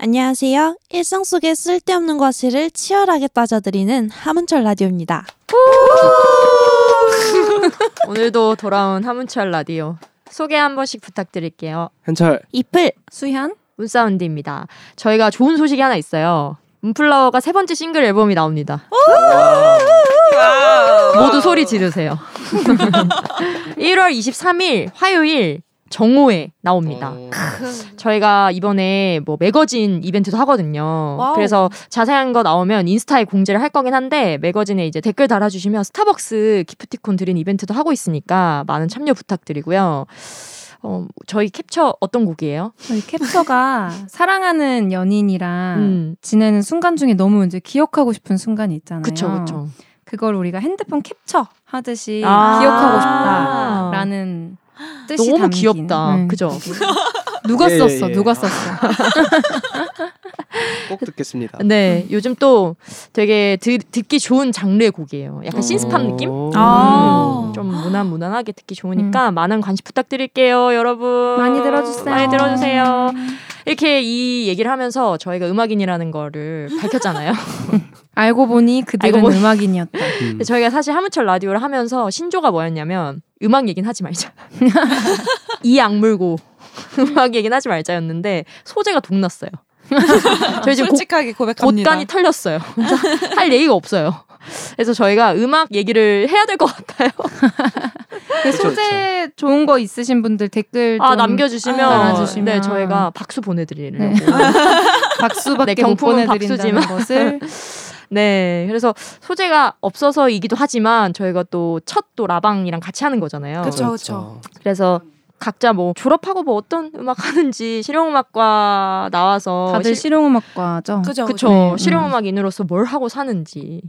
안녕하세요. 일상 속의 쓸데없는 과실을 치열하게 따져드리는 하문철 라디오입니다. 오늘도 돌아온 하문철 라디오 소개 한 번씩 부탁드릴게요. 현철 이플 수현? 문사운드입니다. 저희가 좋은 소식이 하나 있어요. 문플라워가 세 번째 싱글 앨범이 나옵니다. 모두 소리 지르세요. 1월 23일 화요일 정오에 나옵니다. 어, 저희가 이번에 뭐 매거진 이벤트도 하거든요. 와우. 그래서 자세한 거 나오면 인스타에 공지를 할 거긴 한데 매거진에 이제 댓글 달아주시면 스타벅스 기프티콘 드린 이벤트도 하고 있으니까 많은 참여 부탁드리고요. 어, 저희 캡처 어떤 곡이에요? 저희 캡처가 사랑하는 연인이랑 음. 지내는 순간 중에 너무 이제 기억하고 싶은 순간이 있잖아요. 그쵸 그쵸. 그걸 우리가 핸드폰 캡처 하듯이 아. 기억하고 싶다라는 뜻이 너무 담긴. 음. 귀엽다. 그죠? 누가 예, 예, 썼어? 예. 누가 썼어? 꼭 듣겠습니다. 네 요즘 또 되게 드- 듣기 좋은 장르의 곡이에요. 약간 오. 신스팝 느낌? 아. 음, 좀 무난 무난하게 듣기 좋으니까 많은 관심 부탁드릴게요, 여러분. 음. 많이 들어주세요. 음. 많이 들어주세요. 이렇게 이 얘기를 하면서 저희가 음악인이라는 거를 밝혔잖아요. 알고 보니 그들은 알고 보니- 음악인이었다. 음. 근데 저희가 사실 하문철 라디오를 하면서 신조가 뭐였냐면 음악 얘기는 하지 말자. 이 악물고 음악 얘기는 하지 말자였는데 소재가 독났어요. 저희 지금 곧- 솔직하게 고백합니다. 곳간이 털렸어요. 그래서 할 얘기가 없어요. 그래서 저희가 음악 얘기를 해야 될 것 같아요. 그 그쵸, 소재 좋은 거 있으신 분들 댓글 아 좀 남겨주시면 달아주시면. 네 저희가 박수 보내드리려고 네. 박수밖에 네, 못 경품은 보내드린다는 것을 네, 그래서 소재가 없어서이기도 하지만 저희가 또 첫 또 라방이랑 같이 하는 거잖아요. 그쵸. 래서 각자 뭐 졸업하고 뭐 어떤 음악 하는지 실용음악과 나와서 다들 어, 실- 실용음악과죠. 그죠. 그쵸 네, 음. 실용음악인으로서 뭘 하고 사는지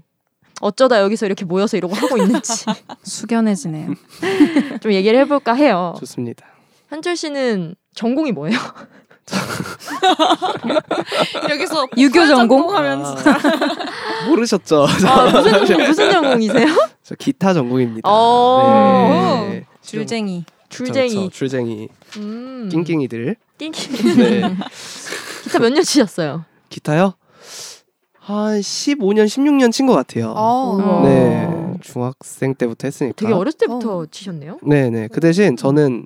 어쩌다 여기서 이렇게 모여서 이러고 하고 있는지 숙연해지네요. 좀 얘기를 해볼까 해요. 어, 좋습니다. 현철 씨는 전공이 뭐예요? 여기서 유교 전공? 어, 하면서 아, 모르셨죠? 아, 무슨 무슨 전공이세요? 저 기타 전공입니다. 어. 네. 줄쟁이. 저, 저 줄쟁이. 줄쟁이, 음. 낑낑이들. 낑낑. 네. 기타 몇 년 치셨어요? 기타요? 한 15년, 16년 친 것 같아요. 어. 우와. 네, 중학생 때부터 했으니까. 되게 어렸을 때부터 치셨네요. 네, 네. 그 대신 저는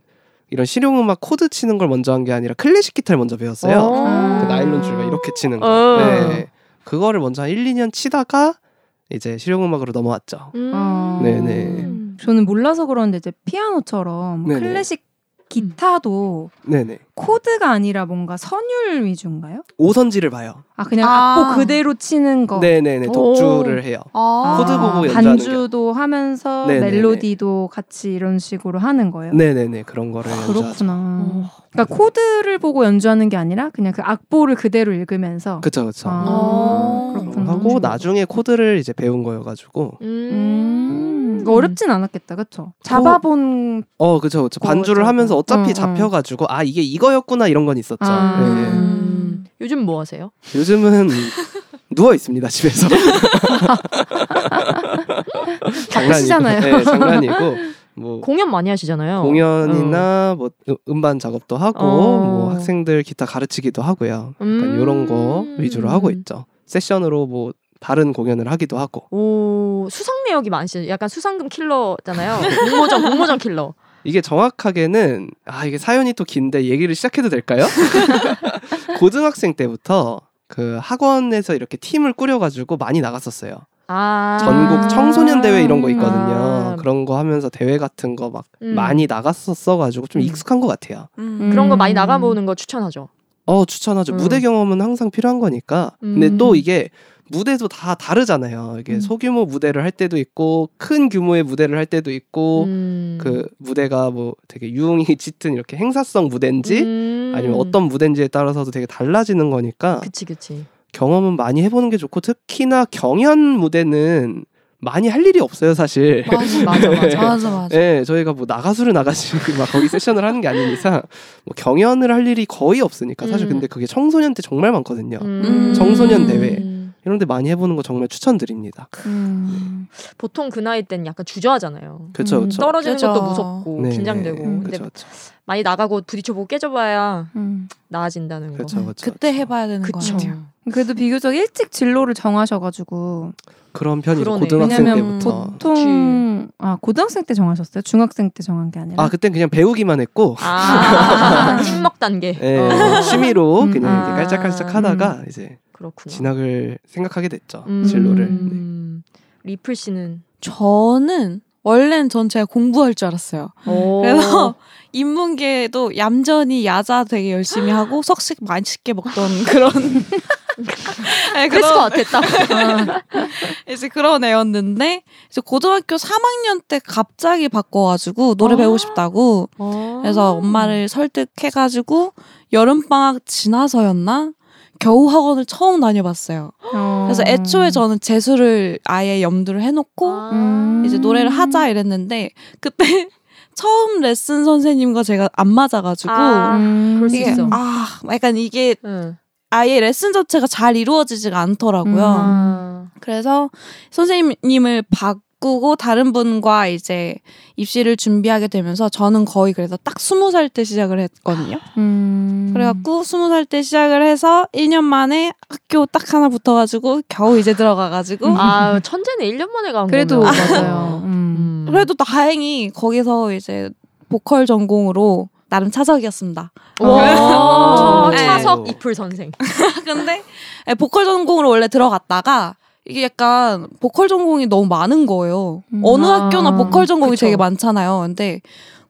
이런 실용음악 코드 치는 걸 먼저 한 게 아니라 클래식 기타를 먼저 배웠어요. 아. 그 나일론 줄과 이렇게 치는 거. 어. 네. 그거를 먼저 한 1, 2년 치다가 이제 실용음악으로 넘어왔죠. 어. 음. 네네. 음. 저는 몰라서 그런데 이제 피아노처럼 네네. 클래식 기타도 네네. 코드가 아니라 뭔가 선율 위주인가요? 오선지를 봐요. 아 그냥 아. 악보 그대로 치는 거. 네네네. 독주를 해요. 아, 코드 보고 연주하는 반주도 하면서 네네네. 멜로디도 같이 이런 식으로 하는 거예요. 네네네. 그런 거를 연주하죠. 아, 그렇구나. 그러니까 코드를 보고 연주하는 게 아니라 그냥 그 악보를 그대로 읽으면서. 그쵸 그쵸. 아, 그런 그렇구나. 거 하고 나중에 코드를 이제 배운 거여가지고 음. 음. 어렵진 않았겠다, 그렇죠? 잡아본 어 그쵸 그쵸 반주를 그거죠. 하면서 어차피 응, 응. 잡혀가지고 아 이게 이거였구나 이런 건 있었죠 아. 예, 예. 음. 요즘 뭐 하세요? 요즘은 누워 있습니다 집에서 바쁘시잖아요. 네, 장난이고 뭐 공연 많이 하시잖아요. 공연이나 뭐 음- 음반 작업도 하고 어. 뭐 학생들 기타 가르치기도 하고요 약간 음. 이런 거 위주로 하고 있죠 세션으로 뭐 다른 공연을 하기도 하고 오 수상 내역이 많으시죠. 약간 수상금 킬러잖아요. 공모전 공모전 킬러. 이게 정확하게는 아 이게 사연이 또 긴데 얘기를 시작해도 될까요? 고등학생 때부터 그 학원에서 이렇게 팀을 꾸려가지고 많이 나갔었어요. 아 전국 청소년 대회 이런 거 있거든요. 아. 그런 거 하면서 대회 같은 거 막 음. 많이 나갔었어가지고 좀 음. 익숙한 것 같아요. 음. 그런 거 음. 많이 나가보는 거 추천하죠. 어 추천하죠. 음. 무대 경험은 항상 필요한 거니까. 근데 음. 또 이게 무대도 다 다르잖아요. 이게 음. 소규모 무대를 할 때도 있고 큰 규모의 무대를 할 때도 있고 음. 그 무대가 뭐 되게 유흥이 짙은 이렇게 행사성 무대인지 음. 아니면 어떤 무대인지에 따라서도 되게 달라지는 거니까 그치 그치. 경험은 많이 해보는 게 좋고 특히나 경연 무대는 많이 할 일이 없어요 사실. 맞아 맞아, 맞아. 맞아 맞아. 예, 저희가 뭐 나가수를 나가시 막 거기 세션을 하는 게 아닌 이상 뭐 경연을 할 일이 거의 없으니까 사실 음. 근데 그게 어, 청소년 때 정말 많거든요. 음. 청소년 대회. 이런 데 많이 해보는 거 정말 추천드립니다. 음. 보통 그 나이 때는 약간 주저하잖아요. 그렇죠, 음, 그렇죠. 떨어지는 그죠. 것도 무섭고 네, 긴장되고 네, 근데 그렇죠, 그렇죠. 많이 나가고 부딪혀보고 깨져봐야 음. 나아진다는 거. 그렇죠, 그렇죠. 그때 해봐야 되는 거 그쵸. 같아요. 그래도 비교적 일찍 진로를 정하셔가지고 그런 편이 그러네. 고등학생 왜냐면 뭐 때부터. 보통 아 고등학생 때 정하셨어요? 중학생 때 정한 게 아니라 아 그땐 그냥 배우기만 했고 아 침묵 단계. 예, 어. 취미로 음. 그냥 이제 아, 깔짝깔짝 하다가 이제 그렇구나. 진학을 생각하게 됐죠 음. 진로를. 네. 음. 리플 씨는 저는 원래는 전 제가 공부할 줄 알았어요. 음. 그래서 인문계도 얌전히 야자 되게 열심히 하고 석식 맛있게 먹던 그런 네, 그랬을 것 그런 같았다. 어. 이제 그런 애였는데 이제 고등학교 3학년 때 갑자기 바꿔가지고 노래 아. 배우고 싶다고 그래서 엄마를 설득해가지고 여름 방학 지나서였나 겨우 학원을 처음 다녀봤어요. 어. 그래서 애초에 저는 재수를 아. 아예 염두를 해놓고 음. 이제 노래를 하자 이랬는데 그때 처음 레슨 선생님과 제가 안 맞아가지고 아, 음. 그럴 수 이게 있어. 아 약간 이게 응. 아예 레슨 자체가 잘 이루어지지가 않더라고요. 음. 아. 그래서 선생님을 바꾸고 다른 분과 이제 입시를 준비하게 되면서 저는 거의 그래서 딱 스무 살 때 시작을 했거든요. 음. 그래갖고 스무 살 때 시작을 해서 1년 만에 학교 딱 하나 붙어가지고 겨우 이제 들어가가지고 아, 천재는 1년 만에 간 그래도 거면. 맞아요. 음. 음. 그래도 다행히 거기서 이제 보컬 전공으로 나름 차석이었습니다. 와, 네. 차석 이풀 선생. 근데 예, 보컬 전공으로 원래 들어갔다가 이게 약간 보컬 전공이 너무 많은 거예요. 음, 어느 아, 학교나 보컬 전공이 그쵸. 되게 많잖아요. 근데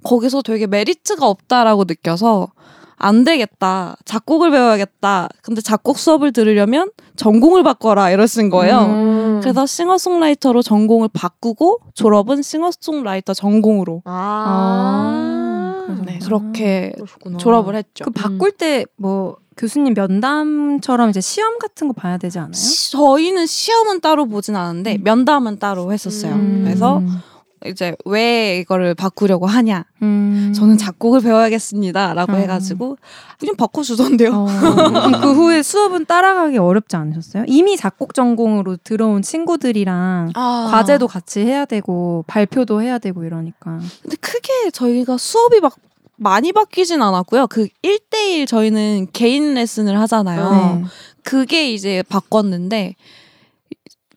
거기서 되게 메리트가 없다라고 느껴서 안 되겠다. 작곡을 배워야겠다. 근데 작곡 수업을 들으려면 전공을 바꿔라 이러신 거예요. 음. 그래서 싱어송라이터로 전공을 바꾸고 졸업은 싱어송라이터 전공으로 아. 아, 네. 그렇게 그러셨구나. 졸업을 했죠. 그 바꿀 때 뭐 교수님 면담처럼 이제 시험 같은 거 봐야 되지 않아요? 시- 저희는 시험은 따로 보진 않았는데 면담은 따로 했었어요. 음. 그래서 이제 왜 이거를 바꾸려고 하냐? 음. 저는 작곡을 배워야겠습니다라고 음. 해가지고 그냥 바꿔주던데요. 어. 그럼 그 후에 수업은 따라가기 어렵지 않으셨어요? 이미 작곡 전공으로 들어온 친구들이랑 아. 과제도 같이 해야 되고 발표도 해야 되고 이러니까 근데 크게 저희가 수업이 막 많이 바뀌진 않았고요. 그 1대1 저희는 개인 레슨을 하잖아요. 어. 네. 그게 이제 바꿨는데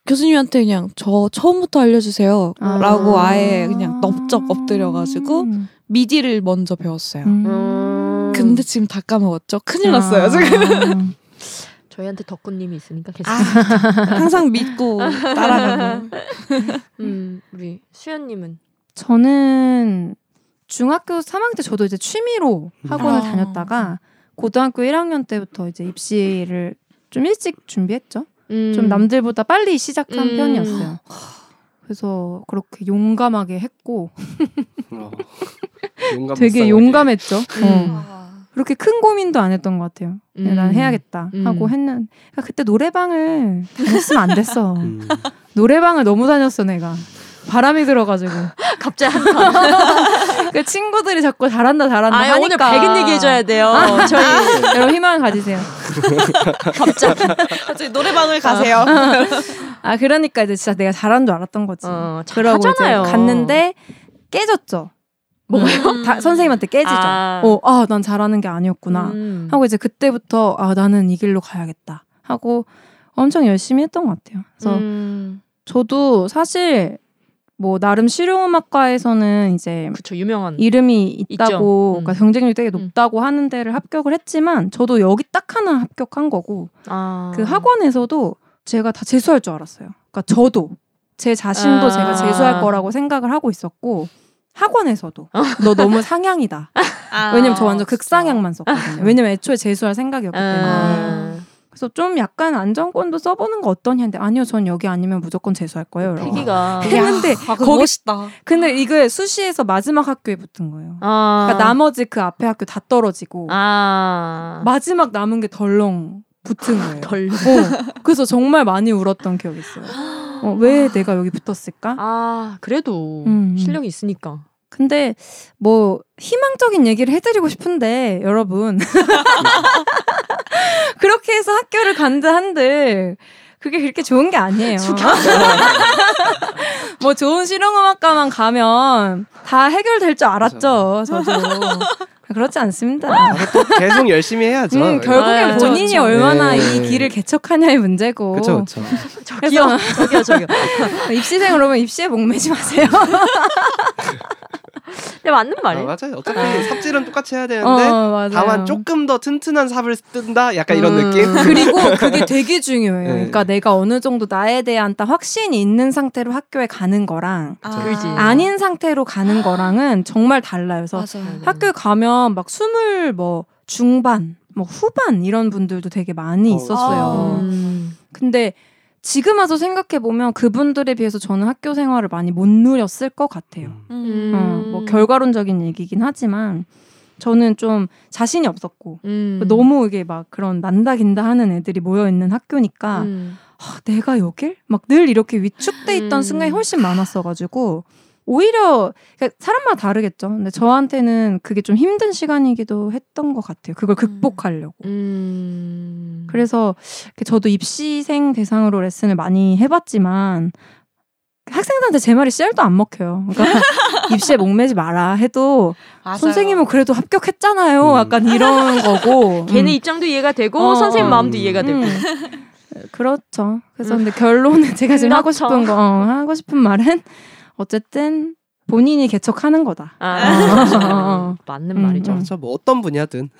교수님한테 그냥 저 처음부터 알려주세요. 아. 음. 라고 아예 그냥 넓적 엎드려가지고 미디를 먼저 배웠어요. 음. 근데 지금 다 까먹었죠? 큰일 아. 났어요, 지금. 저희한테 덕구님이 있으니까 계속. 아, 항상 믿고 따라가고. 음, 우리 수현님은 저는 중학교 3학년 때 저도 이제 취미로 학원을 아. 다녔다가 고등학교 1학년 때부터 이제 입시를 좀 일찍 준비했죠. 음. 좀 남들보다 빨리 시작한 음. 편이었어요. 그래서 그렇게 용감하게 했고 어. 용감 되게 불쌍하게. 용감했죠. 어. 아, 그렇게 큰 고민도 안 했던 것 같아요. 그냥 음. 난 해야겠다 음. 하고 했는. 그러니까 그때 노래방을 다녔으면 안 됐어. 음. 노래방을 너무 다녔어 내가. 바람이 들어가지고 갑자기 한판. 그 친구들이 자꾸 잘한다 잘한다 아, 하니까 아, 오늘 백은 얘기해 줘야 돼요. 어, 저희 여러분 희망을 가지세요. 갑자기. 갑자기 노래방을 가세요. 아 그러니까 이제 진짜 내가 잘한 줄 알았던 거지. 어, 잘 그러고 하잖아요. 음. 이제 갔는데 깨졌죠. 뭐요? 음. 다, 선생님한테 깨지죠. 아. 어, 아, 난 잘하는 게 아니었구나. 음. 하고 이제 그때부터 아, 나는 이 길로 가야겠다. 하고 엄청 열심히 했던 것 같아요. 그래서 음. 저도 사실 뭐 나름 실용음악과에서는 이제 그쵸 유명한 이름이 있죠. 있다고 음. 그러니까 경쟁률이 되게 음. 높다고 하는 데를 합격을 했지만 저도 여기 딱 하나 합격한 거고 아. 그 학원에서도 제가 다 재수할 줄 알았어요. 그러니까 저도 제 자신도 아. 제가 재수할 거라고 생각을 하고 있었고 학원에서도 너 너무 상향이다. 아. 왜냐면 저 완전 극상향만 썼거든요. 왜냐면 애초에 재수할 생각이었기 때문에. 아. 그래서 좀 약간 안정권도 써보는 거 어떠냐 했는데 아니요 전 여기 아니면 무조건 재수할 거예요. 이러고. 패기가 했는데 아, 거기- 거기 멋있다. 근데 이게 수시에서 마지막 학교에 붙은 거예요. 아. 그러니까 나머지 그 앞에 학교 다 떨어지고 아. 마지막 남은 게 덜렁 붙은 거예요. 덜. 어, 그래서 정말 많이 울었던 기억이 있어요. 어, 왜 내가 여기 붙었을까? 아 그래도 음, 음. 실력이 있으니까. 근데 뭐 희망적인 얘기를 해드리고 싶은데 여러분 그렇게 해서 학교를 간다 한들 그게 그렇게 좋은 게 아니에요. 뭐 좋은 실용음악과만 가면 다 해결될 줄 알았죠. 저도 그렇지 않습니다. 아, 또 계속 열심히 해야죠. 음, 결국엔 아, 본인이 그렇죠. 얼마나 네. 이 길을 개척하냐의 문제고. 그렇죠, 그렇죠. 그래서 저기요, 저기요. 입시생 그러면 입시에 목매지 마세요. 근데 맞는 아, 말이에요. 맞아요. 어차피 삽질은 똑같이 해야 어, 되는데 맞아요. 다만 조금 더 튼튼한 삽을 뜬다. 약간 이런 음. 느낌. 그리고 그게 되게 중요해요. 네. 그러니까 내가 어느 정도 나에 대한 딱 확신이 있는 상태로 학교에 가는 거랑 그지. 아닌 상태로 가는 거랑은 정말 달라요. 그래서 음. 맞아요. 학교 가면 막 스물 뭐 중반, 뭐 후반 이런 분들도 되게 많이 어, 있었어요. 아. 음. 근데 지금 와서 생각해 보면 그분들에 비해서 저는 학교 생활을 많이 못 누렸을 것 같아요. 음. 어, 뭐 결과론적인 얘기긴 하지만 저는 좀 자신이 없었고 음. 너무 이게 막 그런 난다 긴다 하는 애들이 모여 있는 학교니까 음. 아, 내가 여길 막 늘 이렇게 위축돼 있던 음. 순간이 훨씬 많았어가지고 오히려 그러니까 사람마다 다르겠죠. 근데 저한테는 그게 좀 힘든 시간이기도 했던 것 같아요. 그걸 극복하려고. 음. 그래서 이렇게 저도 입시생 대상으로 레슨을 많이 해봤지만 학생들한테 제 말이 씨알도 안 먹혀요. 그러니까 입시에 목매지 마라 해도 맞아요. 선생님은 그래도 합격했잖아요. 음. 약간 이런 거고. 걔네 입장도 이해가 되고 음. 어. 선생님 마음도 음. 이해가 되고. 음. 그렇죠. 그래서 근데 결론은 제가 지금 하고 그렇죠. 싶은 거 어, 하고 싶은 말은 어쨌든 본인이 개척하는 거다. 아, 어. 맞는 음, 말이죠. 음. 그렇죠. 뭐 어떤 분야든.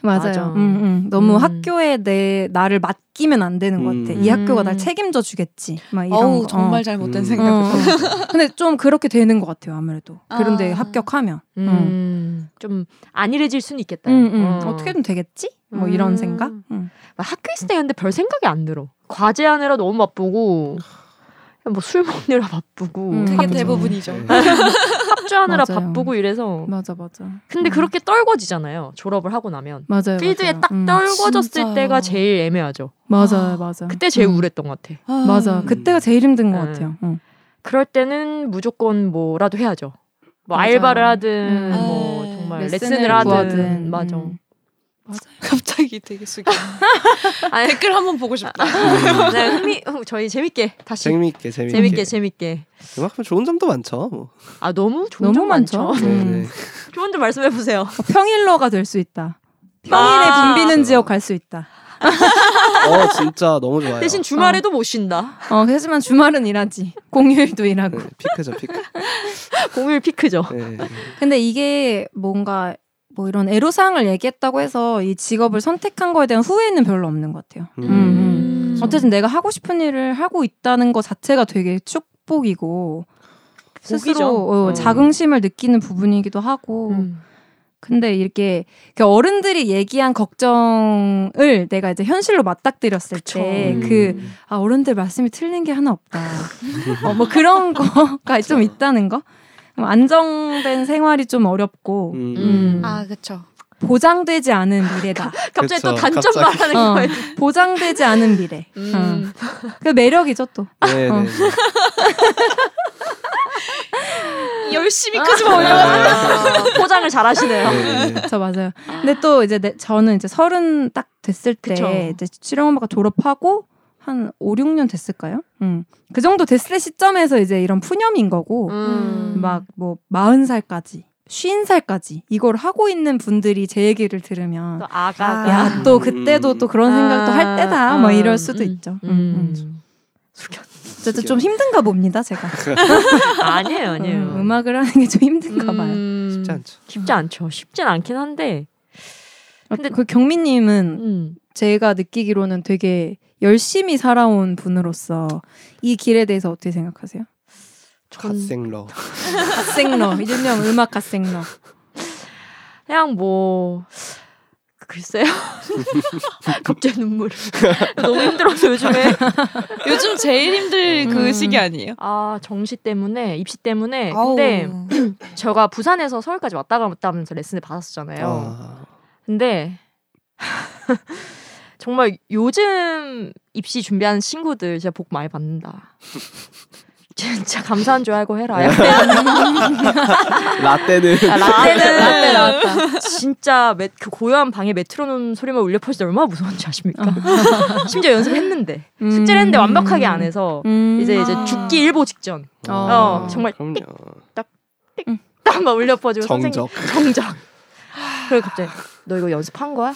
맞아. 음, 음. 너무 음. 학교에 내 나를 맡기면 안 되는 것 같아. 음. 이 학교가 날 음. 책임져 주겠지. 막 이런 어우 거. 정말 어. 잘못된 음. 생각. 어, 어. 근데 좀 그렇게 되는 것 같아요. 아무래도 그런데 아. 합격하면 음. 음. 좀 안일해질 수는 있겠다. 음, 음. 어. 어떻게든 되겠지. 뭐 이런 음. 생각. 음. 막 학교 있을 때 근데 별 생각이 안 들어. 과제하느라 너무 바쁘고 뭐 술 먹느라 바쁘고 음. 그게 맞아요. 네. 대부분이죠. 네. 합주하느라 맞아요. 바쁘고 이래서 맞아 맞아. 근데 음. 그렇게 떨궈지잖아요. 졸업을 하고 나면. 맞아요. 필드에 맞아요. 딱 음. 떨궈졌을 진짜요. 때가 제일 애매하죠. 맞아요 맞아. 그때 제일 음. 우울했던 것 같아. 아. 맞아. 그때가 제일 힘든 것 음. 같아요. 응. 그럴 때는 무조건 뭐라도 해야죠. 뭐 맞아요. 알바를 하든 음. 뭐 네. 정말 레슨을 레슨을 하든 구하든. 맞아. 음. 갑자기 되게 숙여. 아니, 댓글 한번 보고 싶다. 네, 흥미 어, 저희 재밌게 다시 재미있게 재미있게. 재밌게 재밌게. 그만큼 좋은 점도 많죠. 뭐. 아 너무 좋은 너무 점 많죠. 많죠. 네, 음. 네. 좋은 점 말씀해 보세요. 어, 평일러가 될 수 있다. 평일에 아. 붐비는 지역 갈 수 있다. 어 진짜 너무 좋아요. 대신 주말에도 못 쉰다. 어, 하지만 주말은 일하지. 공휴일도 일하고. 네, 피크죠 피크. 공휴일 피크죠. 네. 근데 이게 뭔가 뭐 이런 애로사항을 얘기했다고 해서 이 직업을 선택한 거에 대한 후회는 별로 없는 것 같아요. 음. 음, 음. 음. 어쨌든 내가 하고 싶은 일을 하고 있다는 것 자체가 되게 축복이고 스스로 어, 음. 자긍심을 느끼는 부분이기도 하고 음. 근데 이렇게 그 어른들이 얘기한 걱정을 내가 이제 현실로 맞닥뜨렸을 때 네, 음. 그 아, 어른들 말씀이 틀린 게 하나 없다. 어, 뭐 그런 거가 좀 있다는 거. 그럼 안정된 생활이 좀 어렵고 음. 음. 아 그쵸. 보장되지 않은 미래다. 갑자기 또 그쵸, 단점 갑자기. 말하는 어, 거예요. 보장되지 않은 미래. 음. 어. 그 매력이죠 또. 네, 어. 네, 네. 열심히 크지 마. 어. 아, 포장을 잘 하시네요. 네, 네, 네. 저 맞아요. 근데 또 이제 내- 저는 이제 서른 딱 됐을 때 그쵸. 이제 실용음악과 졸업하고 한 5, 6년 됐을까요? 음. 그 정도 됐을 시점에서 이제 이런 푸념인 거고 음. 막 뭐 마흔 살까지, 쉰 살까지 이걸 하고 있는 분들이 제 얘기를 들으면 또 아가. 야 음. 또 그때도 또 그런 생각도 아, 할 때다 뭐 음, 이럴 수도 음, 있죠. 음, 음. 음. 어쨌든 좀 힘든가 봅니다 제가. 아니에요, 아니에요. 음, 음악을 하는 게 좀 힘든가 봐요. 쉽지 않죠. 쉽지 않죠. 쉽진 않긴 한데. 근데 그 경민님은 음. 제가 느끼기로는 되게 열심히 살아온 분으로서 이 길에 대해서 어떻게 생각하세요? 갓생러. 갓생러 일명 음악 갓생러. 그냥 뭐 글쎄요. 갑자기 눈물. 너무 힘들어서 요즘에 요즘 제일 힘들 그 음. 네. 시기 아니에요? 아 정시 때문에 입시 때문에 근데 제가 부산에서 서울까지 왔다 갔다 하면서 레슨을 받았었잖아요. 어. 아, 근데 정말 요즘 입시 준비하는 친구들 진짜 복 많이 받는다. 진짜 감사한 줄 알고 해라. 네. 라떼는 아, 라떼는 라떼 나왔다. 진짜 매, 그 고요한 방에 메트로놈 소리만 울려 퍼질 때 얼마나 무서운지 아십니까? 심지어 연습했는데 음. 숙제를 했는데 완벽하게 안 해서 음. 이제 이제 아. 죽기 일보 직전 어, 정말 아, 그럼요. 딱 막 울려 퍼지고 정적. 선생님 정적. 그리고 갑자기 너 이거 연습한 거야?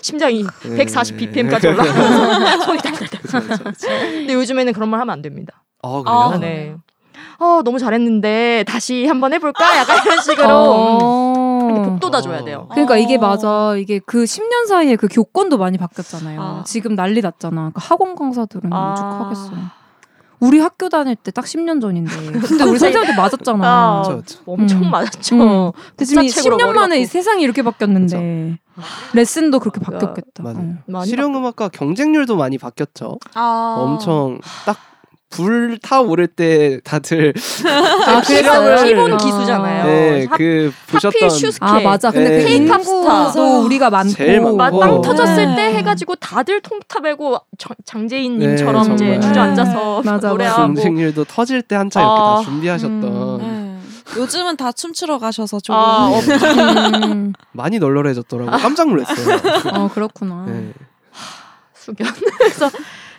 심장이 140bpm까지 올라가서 손이 달달달. 그쵸, 그쵸, 그쵸. 근데 요즘에는 그런 말 하면 안 됩니다. 어 아, 그래요? 네. 어 너무 잘했는데 다시 한번 해볼까? 약간 이런 아. 식으로 음, 이렇게 어. 복돋아 줘야 돼요. 그러니까 이게 어. 맞아. 이게 그 10년 사이에 그 교권도 많이 바뀌었잖아요. 아. 지금 난리 났잖아. 그 학원 강사들은 아. 오죽하겠어. 우리 학교 다닐 때 딱 10년 전인데. 근데 우리 선생한테 맞았잖아. 아. 어. 그쵸, 그쵸. 엄청 음. 맞았죠. 음. 근데 지금 이 국사책으로 10년 머리 만에 맞고. 이 세상이 이렇게 바뀌었는데 레슨도 그렇게 맞아. 바뀌었겠다. 어. 맞아요. 많이 실용음악과 경쟁률도 많이 바뀌었죠. 아. 엄청 딱 불 타오를 때 다들 아, 실용을- 기본 기수잖아요. 네, 하- 하필 그 보셨던 슈스케. 아 맞아. 근데 네. 그 K-pop 인구도 스타. 우리가 많고. 제일 많고. 막 맞- 빵 네. 터졌을 때 해가지고 다들 통타 베고 저- 장재인님처럼 네, 이제 정말. 주저앉아서 네. 맞아, 노래하고 경쟁률도 터질 때 한참 이렇게 아, 다 준비하셨던 네. 요즘은 다 춤추러 가셔서 조금 아, 어, 음. 많이 널널해졌더라고 깜짝 놀랐어요. 어 그렇구나. 음. 네. 수견. 그래서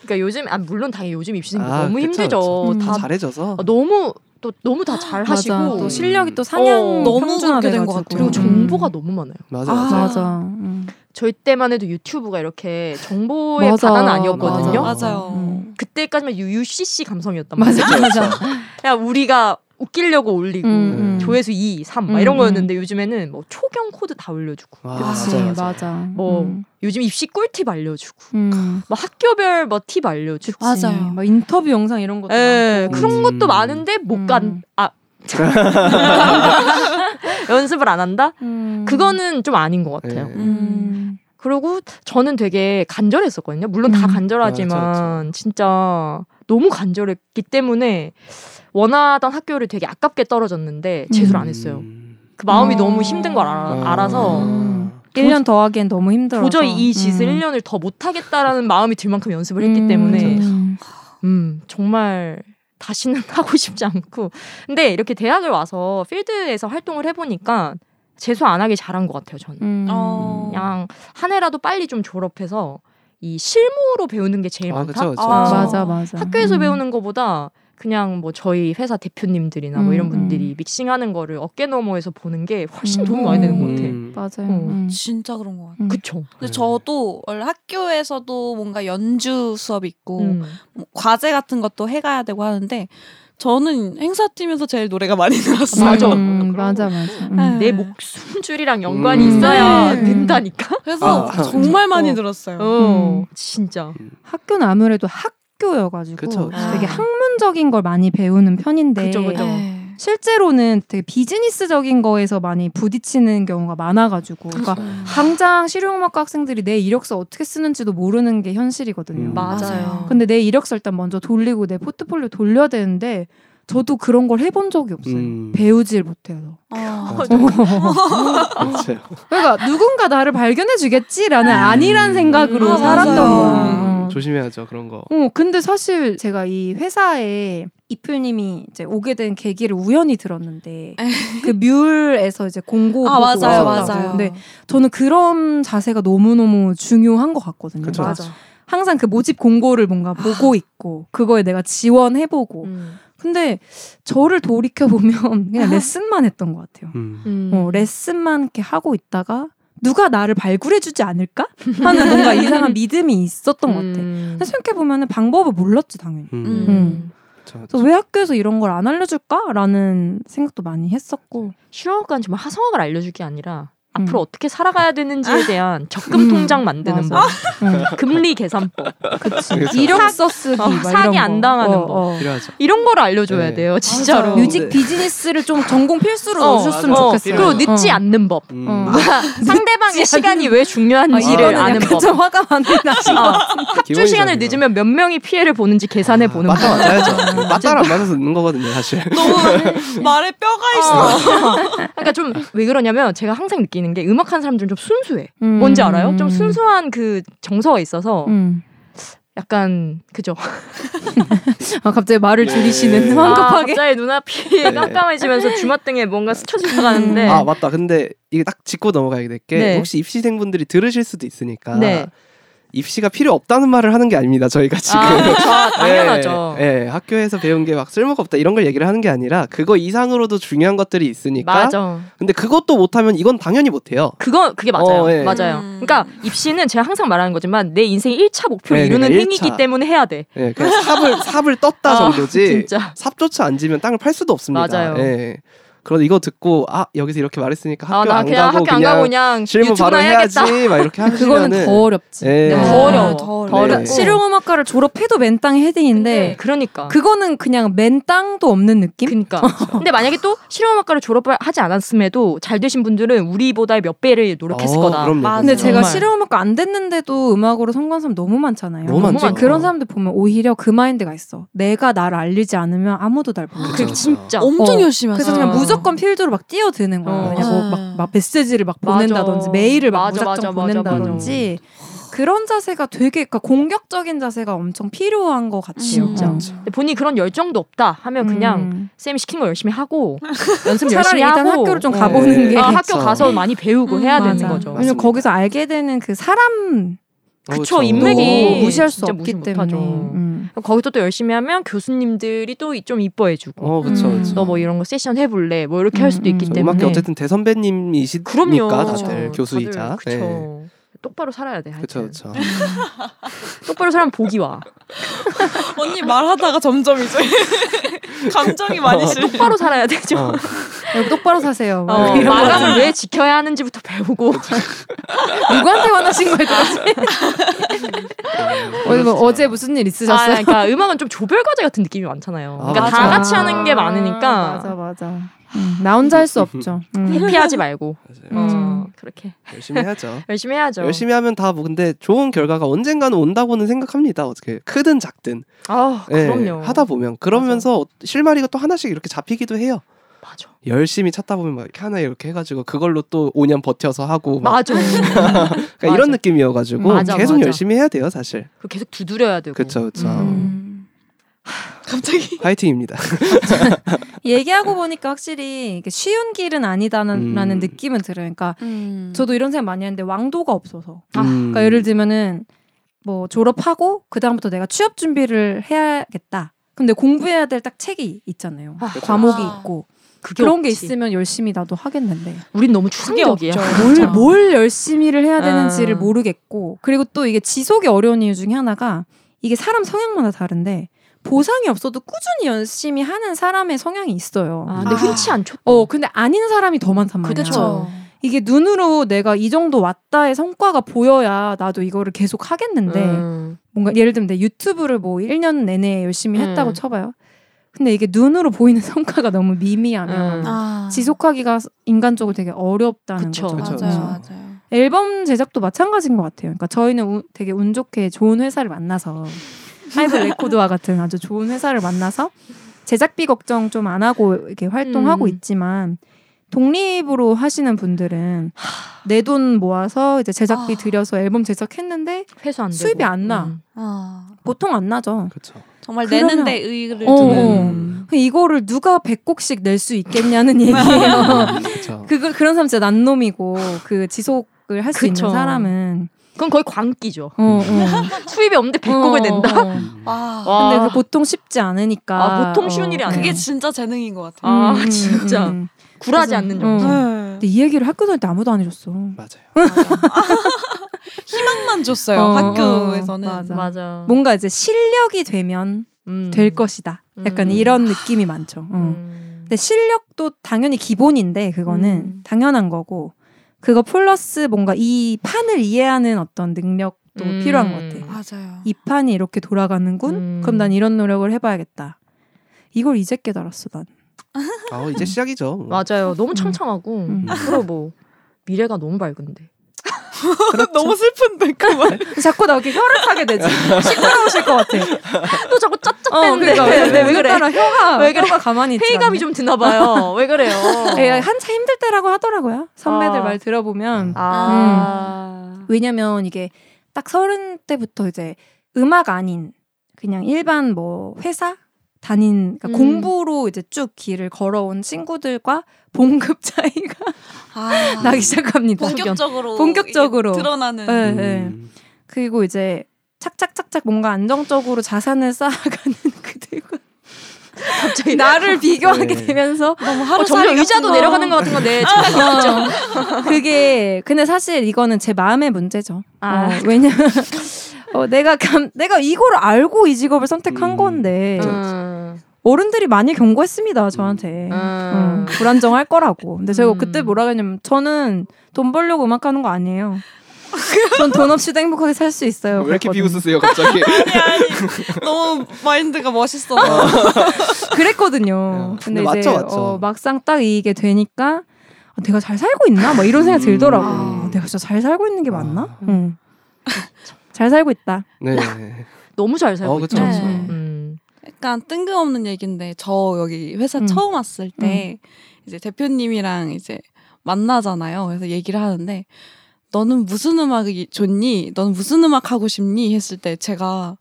그러니까 요즘 아 물론 당연히 요즘 입시생들 아, 너무 그쵸, 힘들죠. 그쵸. 다 다 잘해져서 어, 너무 또 너무 다 잘하시고 음, 맞아. 음. 또 실력이 또 어, 상향 그렇게 너무 된것 평준화돼가지고. 같아요. 그리고 음. 정보가 너무 많아요. 맞아 아, 맞아. 맞아. 음. 저희 때만 해도 유튜브가 이렇게 정보의 맞아. 바다는 아니었거든요. 맞아. 맞아요. 어. 음. 그때까지만 UCC 감성이었단 말이에요. 맞아 맞아. 그냥 우리가 웃기려고 올리고 음, 음. 조회수 2, 3 막 음, 이런 음. 거였는데 요즘에는 뭐 초경 코드 다 올려주고 와, 그치, 맞아, 맞아. 음, 맞아. 뭐 음. 요즘 입시 꿀팁 알려주고 음. 뭐 학교별 뭐 팁 알려주고 맞아요. 그치. 뭐 인터뷰 영상 이런 것도 예 많고. 그런 것도 음. 많은데 음. 못 간 아 연습을 안 한다 음. 그거는 좀 아닌 것 같아요. 네. 음. 그리고 저는 되게 간절했었거든요. 물론 다 음. 간절하지만 맞아, 그렇죠, 맞아. 진짜 너무 간절했기 때문에 원하던 학교를 되게 아깝게 떨어졌는데 재수를 안 했어요. 음. 그 마음이 아. 너무 힘든 걸 아. 알아, 서 음. 1년 더 하기엔 너무 힘들어서 도저히 이 짓을 음. 1년을 더 못하겠다라는 마음이 들 만큼 연습을 했기 음. 때문에 음. 음, 정말 다시는 하고 싶지 않고 근데 이렇게 대학을 와서 필드에서 활동을 해보니까 재수 안 하길 잘한 것 같아요 저는 음. 어. 그냥 한 해라도 빨리 좀 졸업해서 이 실무로 배우는 게 제일 아, 많다. 그쵸, 그쵸, 아, 그쵸. 맞아 맞아 학교에서 음. 배우는 거보다 그냥 뭐 저희 회사 대표님들이나 뭐 음, 이런 분들이 음. 믹싱하는 거를 어깨 너머에서 보는 게 훨씬 음. 도움이 많이 되는 것 같아. 음. 맞아요 어. 음. 진짜 그런 것 같아요. 그쵸. 근데 네. 저도 원래 학교에서도 뭔가 연주 수업 있고 음. 뭐 과제 같은 것도 해가야 되고 하는데 저는 행사팀에서 제일 노래가 많이 들었어요. 맞아. 음, 그런 맞아 거. 맞아 네. 음. 내 목숨줄이랑 연관이 음. 있어야 네. 된다니까. 그래서 아, 정말 많이 어. 음. 들었어요. 어, 진짜. 학교는 아무래도 학교여가지고 그쵸, 그쵸. 되게 아. 학문적인 걸 많이 배우는 편인데 그쵸, 그쵸. 네. 실제로는 되게 비즈니스적인 거에서 많이 부딪히는 경우가 많아가지고 그러니까 음. 당장 실용음악과 학생들이 내 이력서 어떻게 쓰는지도 모르는 게 현실이거든요. 음. 맞아요. 근데 내 이력서 일단 먼저 돌리고 내 포트폴리오 돌려야 되는데 저도 그런 걸 해본 적이 없어요. 음. 배우질 못해서. 어. 맞아. 맞아요. 그러니까 누군가 나를 발견해 주겠지라는 아니란 생각으로 음, 아, 살았던 맞아요. 거야. 음. 조심해야죠 그런 거. 어, 근데 사실 제가 이 회사에 이풀님이 이제 오게 된 계기를 우연히 들었는데 그 뮬에서 이제 공고 아 보고 맞아요, 왔다고. 맞아요. 근데 저는 그런 자세가 너무너무 중요한 것 같거든요. 그쵸. 그러니까 항상 그 모집 공고를 뭔가 보고 있고 그거에 내가 지원해보고 음. 근데 저를 돌이켜보면 그냥 레슨만 했던 것 같아요. 음. 음. 어, 레슨만 이렇게 하고 있다가 누가 나를 발굴해주지 않을까? 하는 뭔가 이상한 믿음이 있었던 것 같아. 음. 생각해보면 은 방법을 몰랐지 당연히. 음. 음. 음. 그쵸, 그쵸. 그래서 왜 학교에서 이런 걸 안 알려줄까라는 생각도 많이 했었고. 실용학과는 정말 화성학을 알려줄 게 아니라 음. 앞으로 어떻게 살아가야 되는지에 대한 적금 음. 통장 만드는 법, 맞아. 응. 금리 계산법, 그쵸. 이력 써쓰기 어, 막 이런 사기 거. 안 당하는 어, 법. 어. 필요하죠. 이런 걸 알려줘야 네. 돼요, 진짜로. 맞아요. 뮤직 네. 비즈니스를 좀 전공 필수로 어, 넣으셨으면 맞아. 좋겠어요. 그리고 늦지 어. 않는 법. 음. 어. 상대방의 늦지 시간이 않는- 왜 중요한지를 아, 이거는 아는 약간 법. 좀 화가 많이 나신 것 어, 같아요. 합주 기본이죠, 시간을 이거. 늦으면 몇 명이 피해를 보는지 계산해 보는 아, 거. 맞다 맞아야죠. 맞다랑 맞아서 늦는 거거든요 사실. 너무 말에 뼈가 아, 있어. 그러니까 좀 왜 그러냐면 제가 항상 느끼는 게 음. 음. 음악하는 사람들은 좀 순수해. 뭔지 알아요? 좀 순수한 그 정서가 있어서 약간 그죠? 아, 갑자기 말을 네. 줄이시는 아, 황급하게. 아, 갑자기 눈앞이 네. 깜깜해지면서 주마등에 뭔가 스쳐 지나가는데 아 맞다. 근데 이게 딱 짚고 넘어가야 될 게 네. 혹시 입시생분들이 들으실 수도 있으니까 네. 입시가 필요 없다는 말을 하는 게 아닙니다. 저희가 지금 아, 그렇죠. 아, 당연하죠. 예, 예, 학교에서 배운 게 막 쓸모가 없다 이런 걸 얘기를 하는 게 아니라 그거 이상으로도 중요한 것들이 있으니까. 맞아. 근데 그것도 못하면 이건 당연히 못해요. 그거 그게 맞아요. 어, 예. 맞아요. 음. 그러니까 입시는 제가 항상 말하는 거지만 내 인생 1차 목표를 네, 이루는 네, 행위이기 1차. 때문에 해야 돼. 예, 그냥 삽을 삽을 떴다 아, 정도지. 진짜. 삽조차 안 지면 땅을 팔 수도 없습니다. 맞아요. 예. 그런데 이거 듣고 아 여기서 이렇게 말했으니까 학교 아 나 안 그냥 가고 학교 안 가고 그냥 질문 바로 유튜브나 해야지 해야겠다. 막 이렇게 그거는 하시면은 더 어렵지. 그러니까 예. 네, 더 어려워. 더 네. 어렵고. 실용음악과를 졸업해도 맨땅 헤딩인데 그러니까. 그거는 그냥 맨땅도 없는 느낌? 그러니까. 그니까. 근데 만약에 또 실용음악과를 졸업하지 않았음에도 잘 되신 분들은 우리보다 몇 배를 노력했을 어, 거다. 그럼요. 맞아. 근데 제가 정말. 실용음악과 안 됐는데도 음악으로 성공한 사람 너무 많잖아요. 너무 많죠. 근데 그런 사람들 보면 오히려 그 마인드가 있어. 내가 나를 알리지 않으면 아무도 날 몰라. 그렇죠. 그게 진짜. 엄청 어. 열심히 하세요. 그래서 그냥 어. 무조건 필드로 막 뛰어드는 거야. 어. 그냥 뭐 음. 막, 막 메시지를 막 맞아. 보낸다든지 메일을 막 맞아, 무작정 맞아, 맞아, 보낸다든지 그런 자세가 되게 그러니까 공격적인 자세가 엄청 필요한 것 같아요. 진짜. 음. 근데 본인이 그런 열정도 없다 하면 그냥 음. 쌤이 시킨 거 열심히 하고 연습 열심히 차라리 일단 하고. 학교를 좀 네. 가보는 게 아, 학교 그쵸. 가서 많이 배우고 음, 해야 맞아. 되는 거죠. 맞습니다. 왜냐면 거기서 알게 되는 그 사람 그쵸, 인맥이 도 무시할 수 진짜 없기 무시 때문에 못하죠. 음. 거기서 또 열심히 하면 교수님들이 또 좀 이뻐해주고 어 그렇죠. 음. 너 뭐 이런 거 세션 해볼래 뭐 이렇게 음, 할 수도 음. 있기 저 때문에 음악계 어쨌든 대선배님이시니까 그럼요 그렇죠. 다들 교수이자 네. 그쵸 똑바로 살아야 돼 그렇죠 하여튼. 그렇죠. 똑바로 살면 복이 와 언니 말하다가 점점 이제 감정이 많이 실. 똑바로 살아야 되죠 어, 네. 어, 똑바로 사세요. 어, 막 이런 거. 마감을 왜 지켜야 하는지부터 배우고 누구한테 화나신 거예요? 아, 도대체? 어, 그렇죠. 뭐 어제 무슨 일 아, 있으셨어요? 그러니까 음악은 좀 조별 과제 같은 느낌이 많잖아요 아, 그러니까 다 맞아. 같이 하는 게 많으니까 맞아 맞아. 음, 나 혼자 할 수 없죠. 음. 회피하지 말고 맞아요. 어, 음. 그렇게 열심히 해야죠. 열심히 해야죠 열심히 하면 다 뭐 근데 좋은 결과가 언젠가는 온다고는 생각합니다. 어떻게 크든 작든 아 예, 그럼요 하다 보면 그러면서 어, 실마리가 또 하나씩 이렇게 잡히기도 해요. 맞아 열심히 찾다 보면 막 이렇게 하나 이렇게 해가지고 그걸로 또 5년 버텨서 하고 막 맞아 그러니까 이런 맞아. 음, 느낌이어가지고 맞아, 계속 맞아. 열심히 해야 돼요 사실. 그리고 계속 두드려야 되고 그렇죠 그렇죠. 음. 갑자기 화이팅입니다. 얘기하고 보니까 확실히 이게 쉬운 길은 아니다라는 음. 라는 느낌은 들어요. 그러니까 음. 저도 이런 생각 많이 하는데 왕도가 없어서. 아, 그러니까 음, 예를 들면은 뭐 졸업하고 그 다음부터 내가 취업 준비를 해야겠다. 근데 공부해야 될 딱 책이 있잖아요. 아, 과목이 아. 있고 그게 그런 게 없지. 있으면 열심히 나도 하겠는데 그렇죠. 우린 너무 그게 추상적이야. 없죠. 뭘, 뭘 열심히를 해야 되는지를 아. 모르겠고 그리고 또 이게 지속이 어려운 이유 중에 하나가 이게 사람 성향마다 다른데 보상이 없어도 꾸준히 열심히 하는 사람의 성향이 있어요. 아, 근데 아. 흔치 않죠. 어 근데 아닌 사람이 더 많단 말이야. 그렇죠. 이게 눈으로 내가 이 정도 왔다의 성과가 보여야 나도 이거를 계속 하겠는데 음. 뭔가 예를 들면 내 유튜브를 뭐 1년 내내 열심히 음. 했다고 쳐봐요. 근데 이게 눈으로 보이는 성과가 너무 미미하면 음. 아. 지속하기가 인간적으로 되게 어렵다는 그쵸. 거죠. 맞아요, 그쵸, 맞아요. 앨범 제작도 마찬가지인 것 같아요. 그러니까 저희는 우- 되게 운 좋게 좋은 회사를 만나서 하이브 레코드와 같은 아주 좋은 회사를 만나서 제작비 걱정 좀 안 하고 이렇게 활동하고 음. 있지만 독립으로 하시는 분들은 내 돈 모아서 이제 제작비 아. 들여서 앨범 제작했는데 회수 안 되고. 수입이 안 나. 음. 아. 보통 안 나죠. 그렇죠. 정말 그러면- 내는데 의의를 어. 두는. 이거를 누가 100곡씩 낼 수 있겠냐는 얘기예요. 그렇죠. 그 그런 사람 진짜 난놈이고 그 지속을 할 수 그쵸. 있는 사람은 그건 거의 광기죠. 어, 어. 수입이 없는데 백곡을 어, 낸다. 어, 어. 음. 아. 와. 와. 근데 그 보통 쉽지 않으니까. 어. 아, 보통 쉬운 일이 아니에요. 아, 네. 그게 진짜 재능인 것 같아요. 아, 진짜. 굴하지 그래서- 않는 정도. 음. 네. 근데 이 얘기를 학교 다닐 때 아무도 안 해줬어. 맞아요. 희망만 줬어요. 어, 학교에서는. 어, 맞아. 네, 맞아. 뭔가 이제 실력이 되면 음. 될 것이다. 약간 음. 이런 느낌이 많죠. 어. 음. 근데 실력도 당연히 기본인데 그거는 음. 당연한 거고 그거 플러스 뭔가 이 판을 이해하는 어떤 능력도 음. 필요한 것 같아. 맞아요. 이 판이 이렇게 돌아가는군. 음. 그럼 난 이런 노력을 해봐야겠다. 이걸 이제 깨달았어 난. 아 이제 시작이죠. 뭐. 맞아요. 너무 창창하고 음. 앞으로 뭐 미래가 너무 밝은데. 너무 슬픈데 그 말. 자꾸 나 이렇게 혈압하게 되지. 시끄러우실 것 같아. 또 자꾸 어, 짭짭대는데. 그러니까 왜, 왜, 그래? 따라 혀가 왜 그래? 혀가 가만히 있지 회의감이 좀 드나 봐요. 왜 그래요? 않나? 예, 한참 힘들 때라고 하더라고요. 선배들 아. 말 들어보면 아. 왜냐면 이게 딱 서른 때부터 이제 음악 아닌 그냥 일반 뭐 회사 다닌 그러니까 음. 공부로 이제 쭉 길을 걸어온 친구들과 봉급 차이가 아, 나기 시작합니다. 본격적으로 본격적으로. 이게 드러나는 네, 네. 음. 그리고 이제 착착착착 뭔가 안정적으로 자산을 쌓아가는 그들과 갑자기 나를 비교하게 네. 되면서 너무 어, 하루 점점 의자도 내려가는 것 같은 네, 건데 어, 그렇죠. 그게 근데 사실 이거는 제 마음의 문제죠. 아. 어, 왜냐면 어, 내가 감, 내가 이걸 알고 이 직업을 선택한 음. 건데 음, 어른들이 많이 경고했습니다 저한테 음, 음. 불안정할 거라고. 근데 제가 음. 그때 뭐라 했냐면 저는 돈 벌려고 음악하는 거 아니에요. 전 돈 없이도 행복하게 살 수 있어요. 왜 이렇게 그랬거든요. 비웃으세요 갑자기? 아니 아니 너무 마인드가 멋있어. 그랬거든요. 야, 근데 근데, 맞죠, 이제 맞죠. 어, 막상 딱 이게 되니까 아, 내가 잘 살고 있나? 막 이런 생각 이 음. 들더라고. 아. 요 내가 진짜 잘 살고 있는 게 맞나? 아. 응. 잘 살고 있다. 네. 너무 잘 살고 어, 그쵸, 있죠. 그쵸. 음. 약간 뜬금없는 얘기인데 저 여기 회사 음. 처음 왔을 때 이제 대표님이랑 이제 만나잖아요. 그래서 얘기를 하는데 너는 무슨 음악이 좋니? 너는 무슨 음악 하고 싶니? 했을 때 제가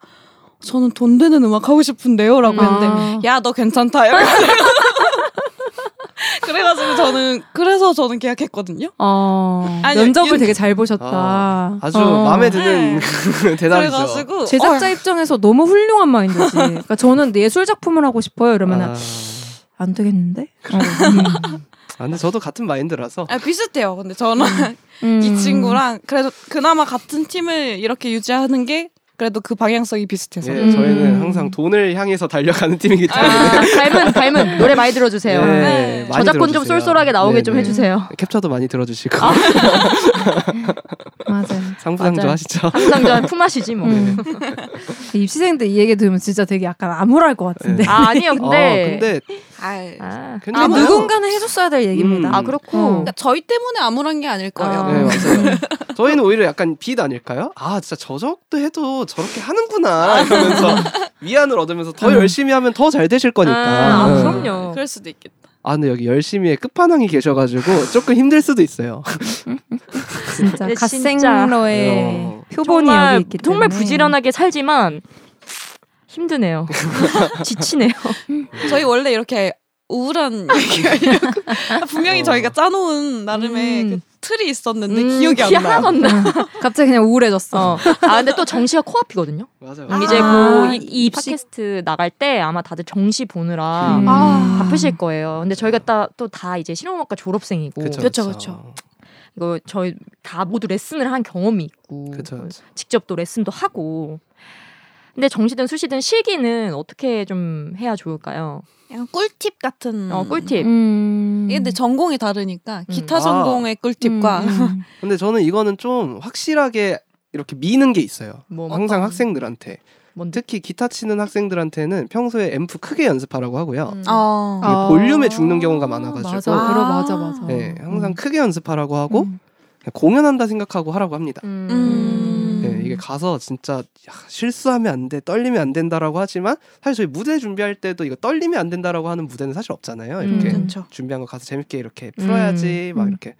저는 돈 되는 음악 하고 어, 싶은데요라고 했는데 아. 야 너 괜찮다. 이러면서 그래가지고 저는 그래서 저는 계약했거든요. 어, 아니, 면접을 윤- 되게 잘 보셨다. 아, 아주 어. 마음에 드는 네. 대답이죠. 그래가지고 어, 제작자 입장에서 너무 훌륭한 마인드지. 그러니까 저는 예술 작품을 하고 싶어요. 이러면 아, 안 되겠는데? 아, 근데 저도 같은 마인드라서. 아, 비슷해요. 근데 저는 음. 이 친구랑 그래도 그나마 같은 팀을 이렇게 유지하는 게 그래도 그 방향성이 비슷해서. 예, 음. 저희는 항상 돈을 향해서 달려가는 팀이기 때문에 닮은 닮은 아, 노래 많이 들어주세요. 예, 네. 많이 아, 저작권 좀 들어주세요. 쏠쏠하게 나오게 네, 좀 네. 해주세요. 아. 캡처도 많이 들어주시고 맞아요. 상부상조 맞아요. 하시죠. 항상 저 품앗이지 어, 네. 뭐. 음. 입시생들 이 얘기 들으면 진짜 되게 약간 암울할 것 같은데. 네. 아 아니요 어, 근데. 근데 그 아이, 아. 괜찮아요. 근데 누군가는 해줬어야 될 얘기입니다. 음. 아 그렇고 그러니까 저희 때문에 암울한 게 아닐 거예요. 아. 네, 맞아요. 저희는 오히려 약간 빛 아닐까요? 아 진짜 저적도 해도 저렇게 하는구나 이러면서 위안을 얻으면서 더 열심히 하면 더 잘 되실 거니까. 아, 아, 음. 그럼요. 그럴 수도 있겠다. 아 근데 여기 열심히의 끝판왕이 계셔가지고 조금 힘들 수도 있어요. 진짜 네, 갓생러의 어. 표본이 정말, 여기 있기 때문에 정말 부지런하게 살지만 힘드네요. 지치네요. 저희 원래 이렇게 우울한 얘기하려고 분명히 어. 저희가 짜놓은 나름의 음. 그 틀이 있었는데 음, 기억이 안 기 나요. 하나도 안 나. 어. 갑자기 그냥 우울해졌어. 어. 아 근데 또 정시가 코앞이거든요. 맞아요. 아. 이제 그 이- 이 입시- 팟캐스트 나갈 때 아마 다들 정시 보느라 음. 아. 바쁘실 거예요. 근데 저희가 또 다 이제 실용음악과 졸업생이고 그쵸 그쵸, 그쵸. 이거 저희 다 모두 레슨을 한 경험이 있고 그쵸, 그쵸. 직접 또 레슨도 하고. 근데 정시든 수시든 실기는 어떻게 좀 해야 좋을까요? 음. 약간 꿀팁 같은. 어, 꿀팁. 음. 이게 근데 전공이 다르니까 기타 아. 전공의 꿀팁과 음. 근데 저는 이거는 좀 확실하게 이렇게 미는 게 있어요. 뭐 항상 어떤- 학생들한테 뭔데? 특히 기타 치는 학생들한테는 평소에 앰프 크게 연습하라고 하고요. 음. 어. 이게 볼륨에 죽는 경우가 많아가지고. 맞아, 아. 그러 맞아, 음. 맞아. 네, 항상 크게 연습하라고 하고 그냥 공연한다 생각하고 하라고 합니다. 음. 음. 네, 이게 가서 진짜 야, 실수하면 안 돼, 떨리면 안 된다라고 하지만 사실 저희 무대 준비할 때도 이거 떨리면 안 된다라고 하는 무대는 사실 없잖아요. 이렇게 음. 그렇죠. 준비한 거 가서 재밌게 이렇게 풀어야지 음. 막 이렇게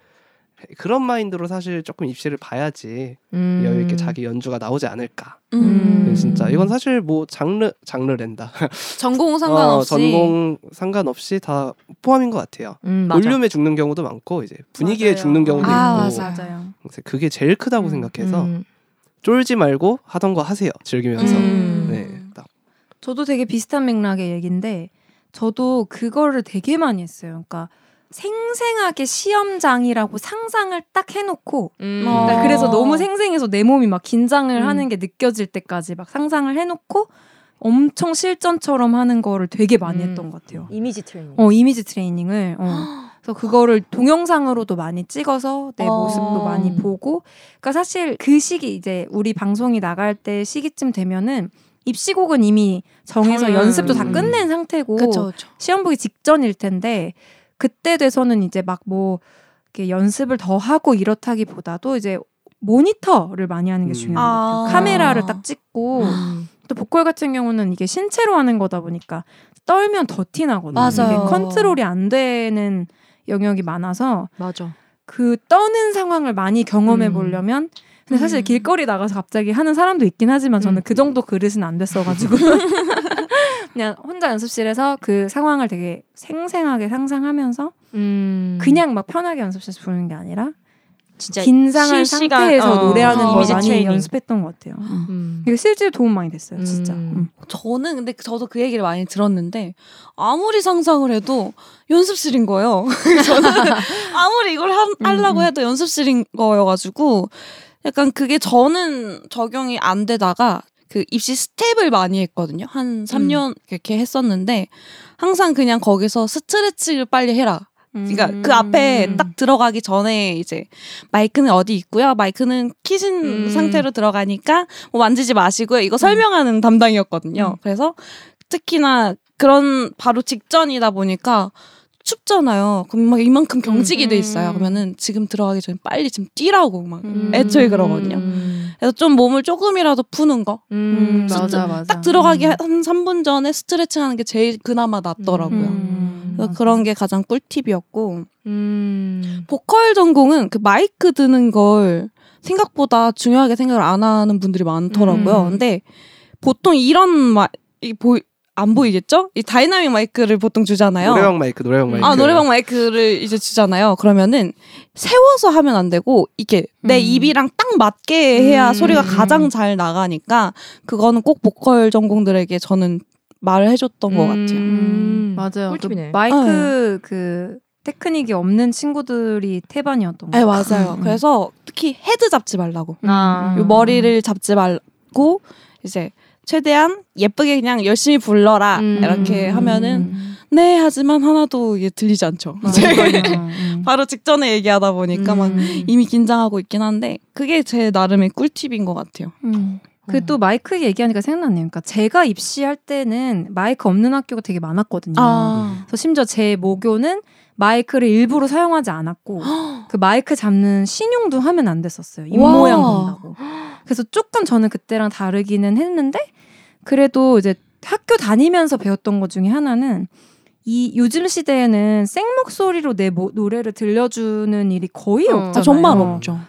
그런 마인드로 사실 조금 입시를 봐야지 음. 여유 있게 자기 연주가 나오지 않을까. 음. 네, 진짜 음. 이건 사실 뭐 장르 장르랜다. 전공 어, 뭐 상관없이 전공 상관없이 다 포함인 것 같아요. 음, 맞아. 볼륨에 죽는 경우도 많고 이제 분위기에 맞아요. 죽는 경우도 아, 맞아. 있고 맞아요. 그래서 그게 제일 크다고 음, 생각해서 음. 쫄지 말고 하던 거 하세요. 즐기면서. 음. 네. 딱. 저도 되게 비슷한 맥락의 얘기인데 저도 그거를 되게 많이 했어요. 그러니까 생생하게 시험장이라고 상상을 딱 해놓고 음. 그러니까 어. 그래서 너무 생생해서 내 몸이 막 긴장을 음. 하는 게 느껴질 때까지 막 상상을 해놓고 엄청 실전처럼 하는 거를 되게 많이 음. 했던 것 같아요. 이미지 트레이닝. 어 이미지 트레이닝을 어. 그래서 그거를 동영상으로도 많이 찍어서 내 어. 모습도 많이 보고 그러니까 사실 그 시기 이제 우리 방송이 나갈 때 시기쯤 되면은 입시곡은 이미 정해서 음. 연습도 다 끝낸 상태고 그렇죠, 그렇죠. 시험 보기 직전일 텐데 그때 돼서는 이제 막 뭐 이렇게 연습을 더 하고 이렇다기보다도 이제 모니터를 많이 하는 음. 게 중요한 것 같아요. 아. 카메라를 딱 찍고 음. 또 보컬 같은 경우는 이게 신체로 하는 거다 보니까 떨면 더 티나거든요. 맞아요. 이게 컨트롤이 안 되는 영역이 많아서 맞아. 음. 그 떠는 상황을 많이 경험해 보려면 근데 사실 음. 길거리 나가서 갑자기 하는 사람도 있긴 하지만 저는 음. 그 정도 그릇은 안 됐어가지고 그냥 혼자 연습실에서 그 상황을 되게 생생하게 상상하면서 음. 그냥 막 편하게 연습실에서 부르는 게 아니라 진짜 긴장한 실시간, 상태에서 어, 노래하는 어, 걸 이미지 많이 트레이닝. 연습했던 것 같아요. 음. 이게 실제 도움 많이 됐어요, 진짜. 음. 음. 저는 근데 저도 그 얘기를 많이 들었는데 아무리 상상을 해도 연습실인 거예요. 저는 아무리 이걸 하, 하려고 음. 해도 연습실인 거여가지고 약간 그게 저는 적용이 안 되다가 그 입시 스텝을 많이 했거든요. 한 음. 3년 이렇게 했었는데 항상 그냥 거기서 스트레칭을 빨리 해라. 음. 그러니까 그 앞에 음. 딱 들어가기 전에 이제 마이크는 어디 있고요. 마이크는 키신 음. 상태로 들어가니까 뭐 만지지 마시고요. 이거 설명하는 담당이었거든요. 음. 그래서 특히나 그런 바로 직전이다 보니까 춥잖아요. 그럼 막 이만큼 경직이 돼 있어요. 음. 그러면은 지금 들어가기 전에 빨리 지금 뛰라고 막. 음. 애초에 그러거든요. 음. 그래서 좀 몸을 조금이라도 푸는 거. 음, 음, 맞아. 맞아. 음. 딱 들어가기 한 3분 전에 스트레칭 하는 게 제일 그나마 낫더라고요. 음. 그래서 그런 게 가장 꿀팁이었고. 음. 보컬 전공은 그 마이크 드는 걸 생각보다 중요하게 생각을 안 하는 분들이 많더라고요. 음. 근데 보통 이런 마, 이 보이, 안 보이겠죠? 이 다이나믹 마이크를 보통 주잖아요. 노래방 마이크, 노래방 마이크. 아, 노래방 마이크를 이제 주잖아요. 그러면은 세워서 하면 안 되고 이게 내 음. 입이랑 딱 맞게 해야 음. 소리가 가장 잘 나가니까 그거는 꼭 보컬 전공들에게 저는 말을 해줬던 것 같아요. 음. 맞아요. 그 꿀팁이네. 마이크 그 테크닉이 없는 친구들이 태반이었던 거. 네, 맞아요. 음. 그래서 특히 헤드 잡지 말라고. 아. 요 머리를 잡지 말고 이제 최대한 예쁘게 그냥 열심히 불러라 음. 이렇게 하면은 음. 네 하지만 하나도 이게 들리지 않죠. 제가 바로 직전에 얘기하다 보니까 음. 막 이미 긴장하고 있긴 한데 그게 제 나름의 꿀팁인 것 같아요. 어. 그 또 마이크 얘기하니까 생각나네요. 그러니까 제가 입시할 때는 마이크 없는 학교가 되게 많았거든요. 아, 그래서 심지어 제 모교는 마이크를 일부러 사용하지 않았고 그 마이크 잡는 신용도 하면 안 됐었어요. 와. 입모양 본다고. 그래서 조금 저는 그때랑 다르기는 했는데 그래도 이제 학교 다니면서 배웠던 것 중에 하나는 이 요즘 시대에는 생목소리로 내 모- 노래를 들려주는 일이 거의 어. 없잖아요. 아, 정말 없죠.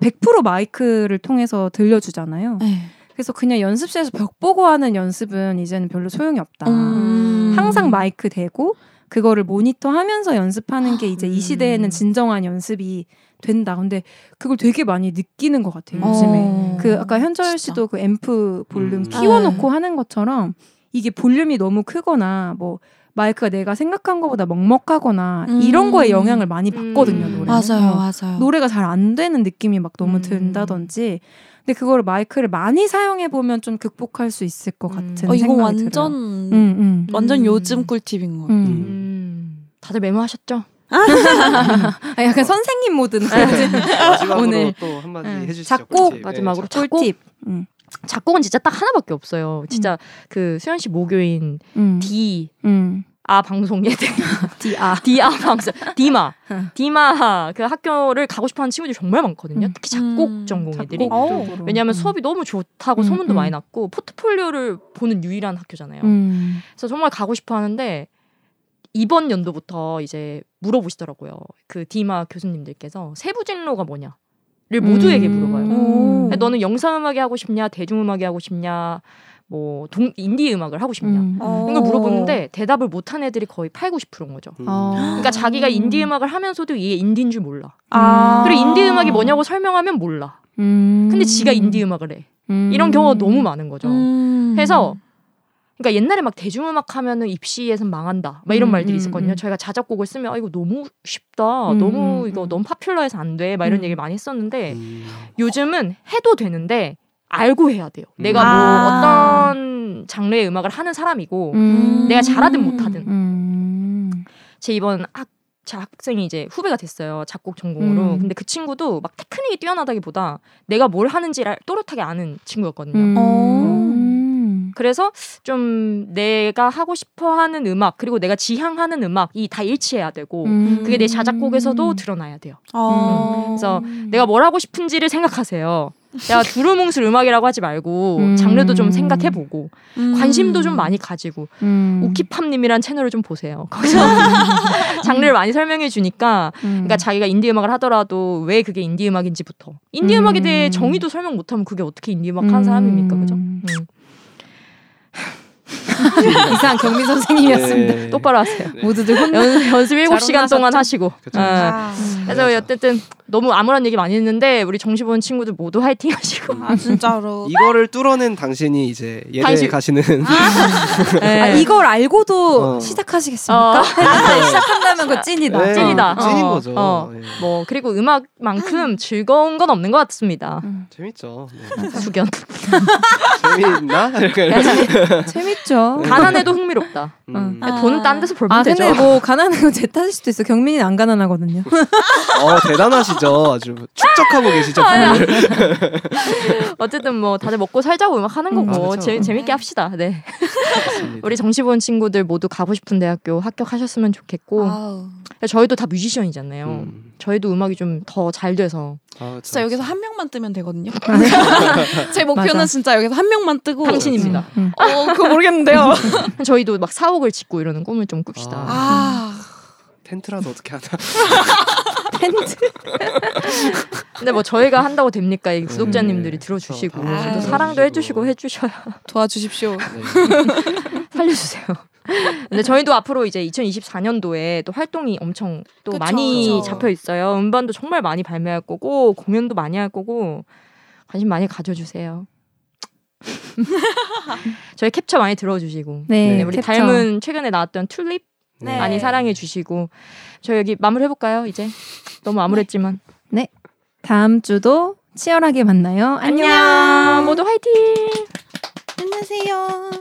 100% 마이크를 통해서 들려주잖아요. 네. 그래서 그냥 연습실에서 벽 보고 하는 연습은 이제는 별로 소용이 없다. 음. 항상 마이크 대고 그거를 모니터하면서 연습하는 게 이제 아. 음. 이 시대에는 진정한 연습이 된다. 근데 그걸 되게 많이 느끼는 것 같아요. 어. 요즘에 그 어, 아까 현철 진짜. 네. 씨도 그 앰프 볼륨 음. 키워놓고 하는 것처럼 이게 볼륨이 너무 크거나 뭐 마이크가 내가 생각한 것보다 먹먹하거나 음. 이런 거에 영향을 많이 받거든요. 음. 노래. 맞아요, 맞아요. 노래가 잘 안 되는 느낌이 막 너무 음. 든다든지. 근데 그걸 마이크를 많이 사용해 보면 좀 극복할 수 있을 것 음. 같은 어, 이거 생각이 완전 들어요. 음, 음. 완전 음. 요즘 꿀팁인 것 같아요. 음. 음. 다들 메모하셨죠? 아, 어. 약간 선생님 모드는 네. 네. 음. 마지막으로 오늘. 또 한마디 응. 해주시죠. 작곡 꿀팁. 마지막으로 예, 작곡. 꿀팁. 음. 작곡은 진짜 딱 하나밖에 없어요. 진짜 그 수현 씨 모교인 음. D 음. 아 방송 예능 디아. 어. 디아 방송 디마 응. 디마 그 학교를 가고 싶어하는 친구들이 정말 많거든요. 음. 특히 작곡 음, 전공 애들이 작곡 쪽으로. 왜냐하면 음. 수업이 너무 좋다고 음, 소문도 음. 많이 났고 포트폴리오를 보는 유일한 학교잖아요. 음. 그래서 정말 가고 싶어 하는데 이번 연도부터 이제 물어보시더라고요. 그 디마 교수님들께서 세부 진로가 뭐냐를 모두에게 음. 물어봐요. 오. 너는 영상음악이 하고 싶냐, 대중음악이 하고 싶냐, 뭐 동, 인디 음악을 하고 싶냐 음. 어. 이걸 물어보는데 대답을 못한 애들이 거의 8, 90%인 거죠. 음. 어. 그러니까 자기가 인디 음악을 하면서도 이게 인디인 줄 몰라. 아. 그리고 인디 음악이 뭐냐고 설명하면 몰라. 음. 근데 지가 인디 음악을 해. 음. 이런 경우가 너무 많은 거죠. 음. 해서 그러니까 옛날에 막 대중음악 하면은 입시에선 망한다. 막 이런 음, 말들이 음, 있었거든요. 음. 저희가 자작곡을 쓰면 아 이거 너무 쉽다. 음, 너무 음, 이거 음. 너무 파퓰러해서 안 돼. 막 이런 음. 얘기를 많이 했었는데 음. 요즘은 해도 되는데 알고 해야 돼요. 음. 내가 아. 뭐 어떤 장르의 음악을 하는 사람이고 음. 내가 잘하든 못하든 음. 제 이번 학, 제 학생이 이제 후배가 됐어요. 작곡 전공으로. 음. 근데 그 친구도 막 테크닉이 뛰어나다기보다 내가 뭘 하는지를 또렷하게 아는 친구였거든요. 음. 어. 음. 그래서 좀 내가 하고 싶어 하는 음악, 그리고 내가 지향하는 음악이 다 일치해야 되고, 음. 음. 그게 내 자작곡에서도 드러나야 돼요. 어. 음. 그래서 내가 뭘 하고 싶은지를 생각하세요. 야 두루뭉술 음악이라고 하지 말고 음. 장르도 좀 생각해보고 음. 관심도 좀 많이 가지고 음. 우키팝님이란 채널을 좀 보세요. 거기서 장르를 많이 설명해 주니까 그렇죠. 그러니까 자기가 인디 음악을 하더라도 왜 그게 인디 음악인지부터 인디 음. 음. 악에 대해 정의도 설명 못하면 그게 어떻게 인디 음악 하는 사람입니까, 그죠? 음. 음. 이상 경민 선생님이었습니다. 네. 똑바로 하세요. 네. 모두들 혼. 연, 연습 일곱 잘 시간 동안 하시고. 그쵸. 어. 아, 그래서 여태든 너무 암울한 얘기 많이 했는데 우리 정시본 친구들 모두 화이팅 하시고 아 진짜로. 이거를 뚫어낸 당신이 이제 예대 에 당신- 가시는 네. 아, 이걸 알고도 어. 시작하시겠습니까? 네. 어. 했는데 시작한다면 그 찐이다. 네, 찐이다. 찐인 어, 거죠. 어. 예. 뭐 그리고 음악만큼 즐거운 건 없는 것 같습니다. 재밌죠. 네. 수견 재미있나? 음. 이렇게. 어, 재밌죠. 가난해도 흥미롭다. 음. 아. 돈은 딴 데서 벌면 네. 아 되죠. 근데 뭐 가난한 건 제 탓일 수도 있어. 경민이는 안 가난하거든요. 어 대단하시죠. 아주 축적하고 계시죠. 분들. 어쨌든 뭐 다들 먹고 살자고 음악 하는 음, 거고 그렇죠. 재, 재밌게 합시다. 네. 우리 정시본 친구들 모두 가고 싶은 대학교 합격하셨으면 좋겠고 아우. 저희도 다 뮤지션이잖아요. 음. 저희도 음악이 좀 더 잘 돼서 아, 진짜 여기서 한 명만 뜨면 되거든요. 제 맞아. 목표는 진짜 여기서 한 명만 뜨고 아, 네. 당신입니다. 음. 어, 그거 모르겠는데요. 저희도 막 사옥을 짓고 이러는 꿈을 좀 꿉시다. 아. 아, 텐트라도 어떻게 하나. 근데 뭐 저희가 한다고 됩니까? 이 구독자님들이 네. 들어주시고 그렇죠. 또 아, 사랑도 들어주시고. 해주시고 해주셔야 도와주십시오. 네. 살려주세요. 근데 저희도 앞으로 이제 2024년도에 또 활동이 엄청 또 그쵸, 많이 그쵸. 잡혀 있어요. 음반도 정말 많이 발매할 거고 공연도 많이 할 거고 관심 많이 가져주세요. 저희 캡처 많이 들어주시고 네, 네, 우리 캡처. 닮은 최근에 나왔던 튤립 네. 많이 사랑해 주시고 저희 여기 마무리 해볼까요 이제 너무 암울했지만 네. 다음 주도 치열하게 만나요. 안녕. 모두 화이팅 안녕하세요.